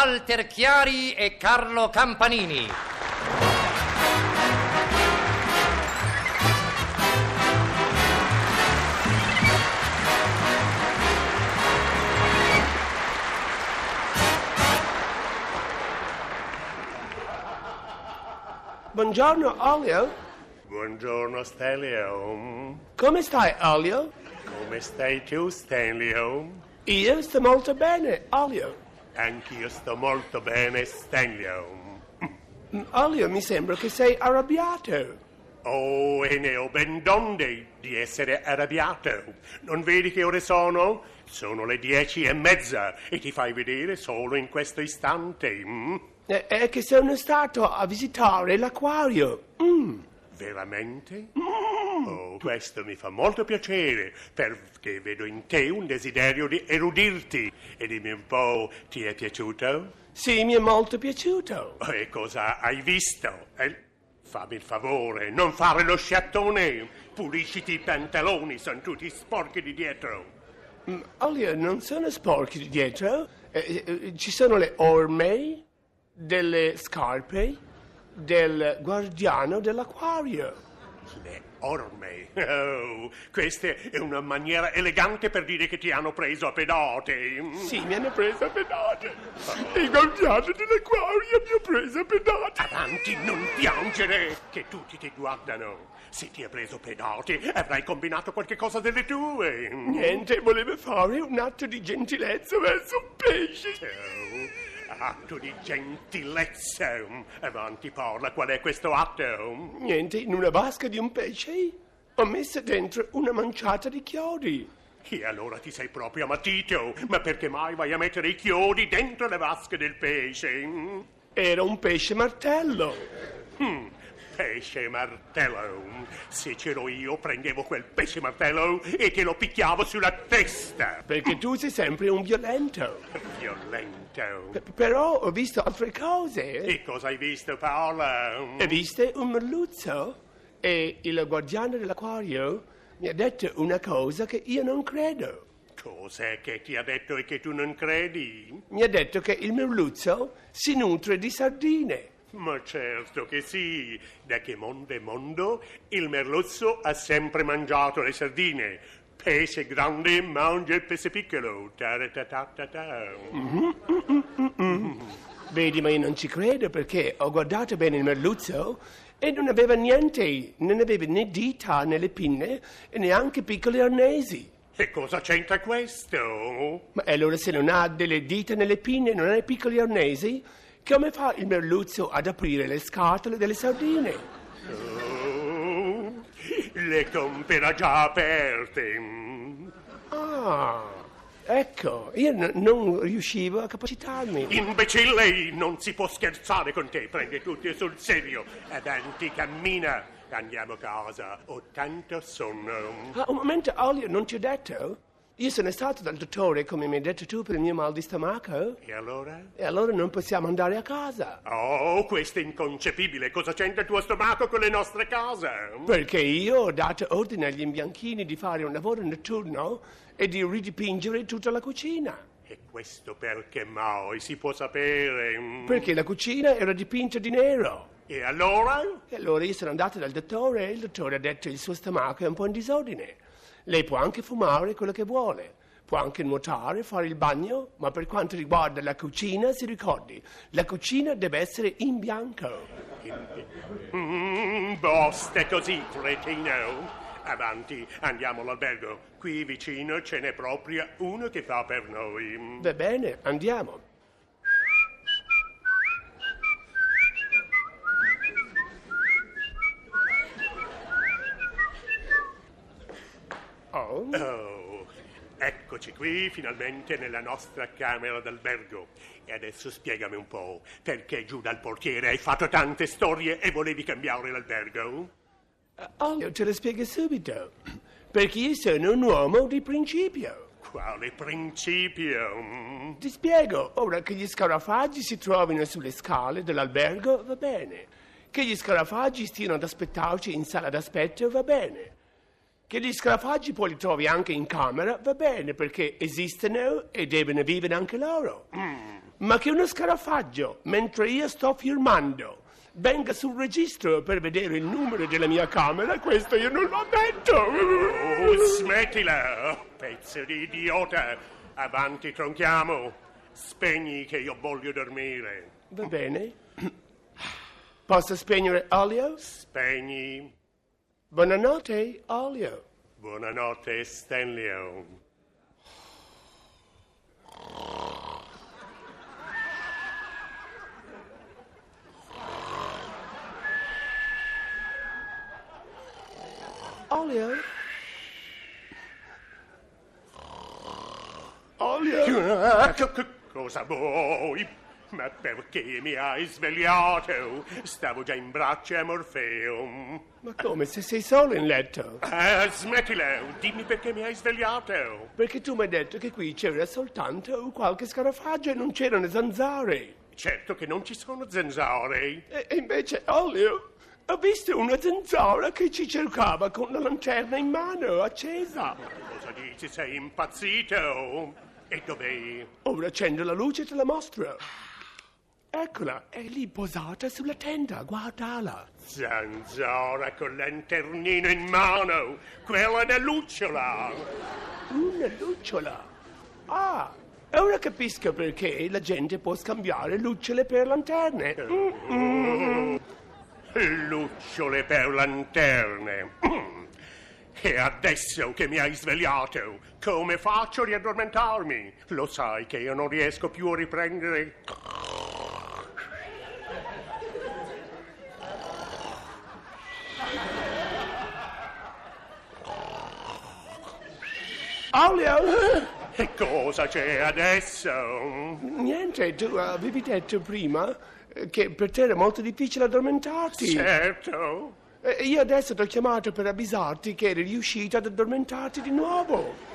Walter Chiari e Carlo Campanini. Buongiorno, Olio. Buongiorno Stelio. Come stai, Olio? Come stai tu, Stelio? Io sto molto bene, Olio. Anch'io sto molto bene, Stelio. Mm, Olio, mi sembra che sei arrabbiato. Oh, e ne ho ben donde di essere arrabbiato. Non vedi che ore sono? Sono le dieci e mezza e ti fai vedere solo in questo istante. mm? E- È che sono stato a visitare l'acquario. Veramente? Oh, questo mi fa molto piacere, perché vedo in te un desiderio di erudirti. E dimmi un po', ti è piaciuto? Sì, mi è molto piaciuto. E cosa hai visto? Eh, fammi il favore, non fare lo sciattone. Pulisciti i pantaloni, sono tutti sporchi di dietro. Mm, Olio, non sono sporchi di dietro. Eh, eh, ci sono le orme, delle scarpe, del guardiano dell'acquario. Le orme. Oh, questa è una maniera elegante per dire che ti hanno preso a pedate. Sì, mi hanno preso a pedate. Il guardiano dell'acquario mi ha preso a pedate. Avanti, non piangere, che tutti ti guardano. Se ti ha preso pedate, avrai combinato qualche cosa delle tue. Niente, voleva fare un atto di gentilezza verso un pesce. Oh, atto di gentilezza. Avanti, parla, qual è questo atto? Niente, in una vasca di un pesce ho messo dentro una manciata di chiodi. E allora ti sei proprio ammatito. Ma perché mai vai a mettere i chiodi dentro le vasche del pesce? mm? Era un pesce martello. Pesce martello. Se c'ero io, prendevo quel pesce martello e te lo picchiavo sulla testa. Perché tu sei sempre un violento. Violento. P- però ho visto altre cose. E cosa hai visto, Paola? E viste un merluzzo? E il guardiano dell'acquario mi ha detto una cosa che io non credo. Cos'è che ti ha detto e che tu non credi? Mi ha detto che il merluzzo si nutre di sardine. Ma certo che sì, da che mondo è mondo, il merluzzo ha sempre mangiato le sardine. Pesce grande mangia il pesce piccolo. Taratatata. Vedi, ma io non ci credo perché ho guardato bene il merluzzo e non aveva niente, non aveva né dita né le pinne e neanche piccoli arnesi. E cosa c'entra questo? Ma allora se non ha delle dita nelle pinne e non ha piccoli arnesi, come fa il merluzzo ad aprire le scatole delle sardine? Oh, le compera già aperte. mm. Ah, ecco, io n- non riuscivo a capacitarmi. Imbecille, non si può scherzare con te, prendi tutti sul serio. Avanti, cammina, andiamo a casa, ho tanto sonno. Ah, un momento, Olio, non ti ho detto? Io sono stato dal dottore, come mi hai detto tu, per il mio mal di stomaco. E allora? E allora non possiamo andare a casa. Oh, questo è inconcepibile, cosa c'entra il tuo stomaco con le nostre case? Perché io ho dato ordine agli imbianchini di fare un lavoro notturno e di ridipingere tutta la cucina. E questo perché mai si può sapere? mm. Perché la cucina era dipinta di nero. E allora? E allora io sono andato dal dottore e il dottore ha detto il suo stomaco è un po' in disordine. Lei può anche fumare quello che vuole, può anche nuotare, fare il bagno, ma per quanto riguarda la cucina, si ricordi, la cucina deve essere in bianco. Mm, boste così, cretino. Avanti, andiamo all'albergo. Qui vicino ce n'è proprio uno che fa per noi. Va bene, andiamo. Oh, Oh, eccoci qui finalmente nella nostra camera d'albergo. E adesso spiegami un po', perché giù dal portiere hai fatto tante storie e volevi cambiare l'albergo? Olio, te lo spiego subito. Perché io sono un uomo di principio. Quale principio? mm? Ti spiego, ora che gli scarafaggi si trovino sulle scale dell'albergo va bene, che gli scarafaggi stiano ad aspettarci in sala d'aspetto va bene, che gli scarafaggi poi li trovi anche in camera va bene perché esistono e devono vivere anche loro. ma che uno scarafaggio, mentre io sto firmando, venga sul registro per vedere il numero della mia camera, questo io non l'ho detto. Oh, smettila, oh, pezzo di idiota. Avanti, tronchiamo. Spegni che io voglio dormire. Va bene. Posso spegnere olio? Spegni. Buonanotte, olio. Buonanotte, Stanlio. Olio? Olio? Ah, co- co- Cosa vuoi? Ma perché mi hai svegliato? Stavo già in braccio a Morfeo. Ma come, se sei solo in letto? Ah, smettila, dimmi perché mi hai svegliato. Perché tu mi hai detto che qui c'era soltanto qualche scarafaggio e non c'erano zanzare. Certo che non ci sono zanzare. E e invece, Olio, ho visto una zanzara che ci cercava con la lanterna in mano, accesa. Cosa dici? Sei impazzito? E dov'è? Ora accendo la luce e te la mostro. Eccola, è lì posata sulla tenda, guardala. Zanzara con lanternino in mano, quella da lucciola. Una lucciola. Ah, e ora capisco perché la gente può scambiare lucciole per lanterne. Mm, Eh. Lucciole per lanterne. Mm. E adesso che mi hai svegliato, come faccio a riaddormentarmi? Lo sai che io non riesco più a riprendere Olio! E cosa c'è adesso? Niente, tu avevi detto prima eh, che per te era molto difficile addormentarti. Eh, Certo. E io adesso ti ho chiamato per avvisarti che eri riuscito ad addormentarti di nuovo.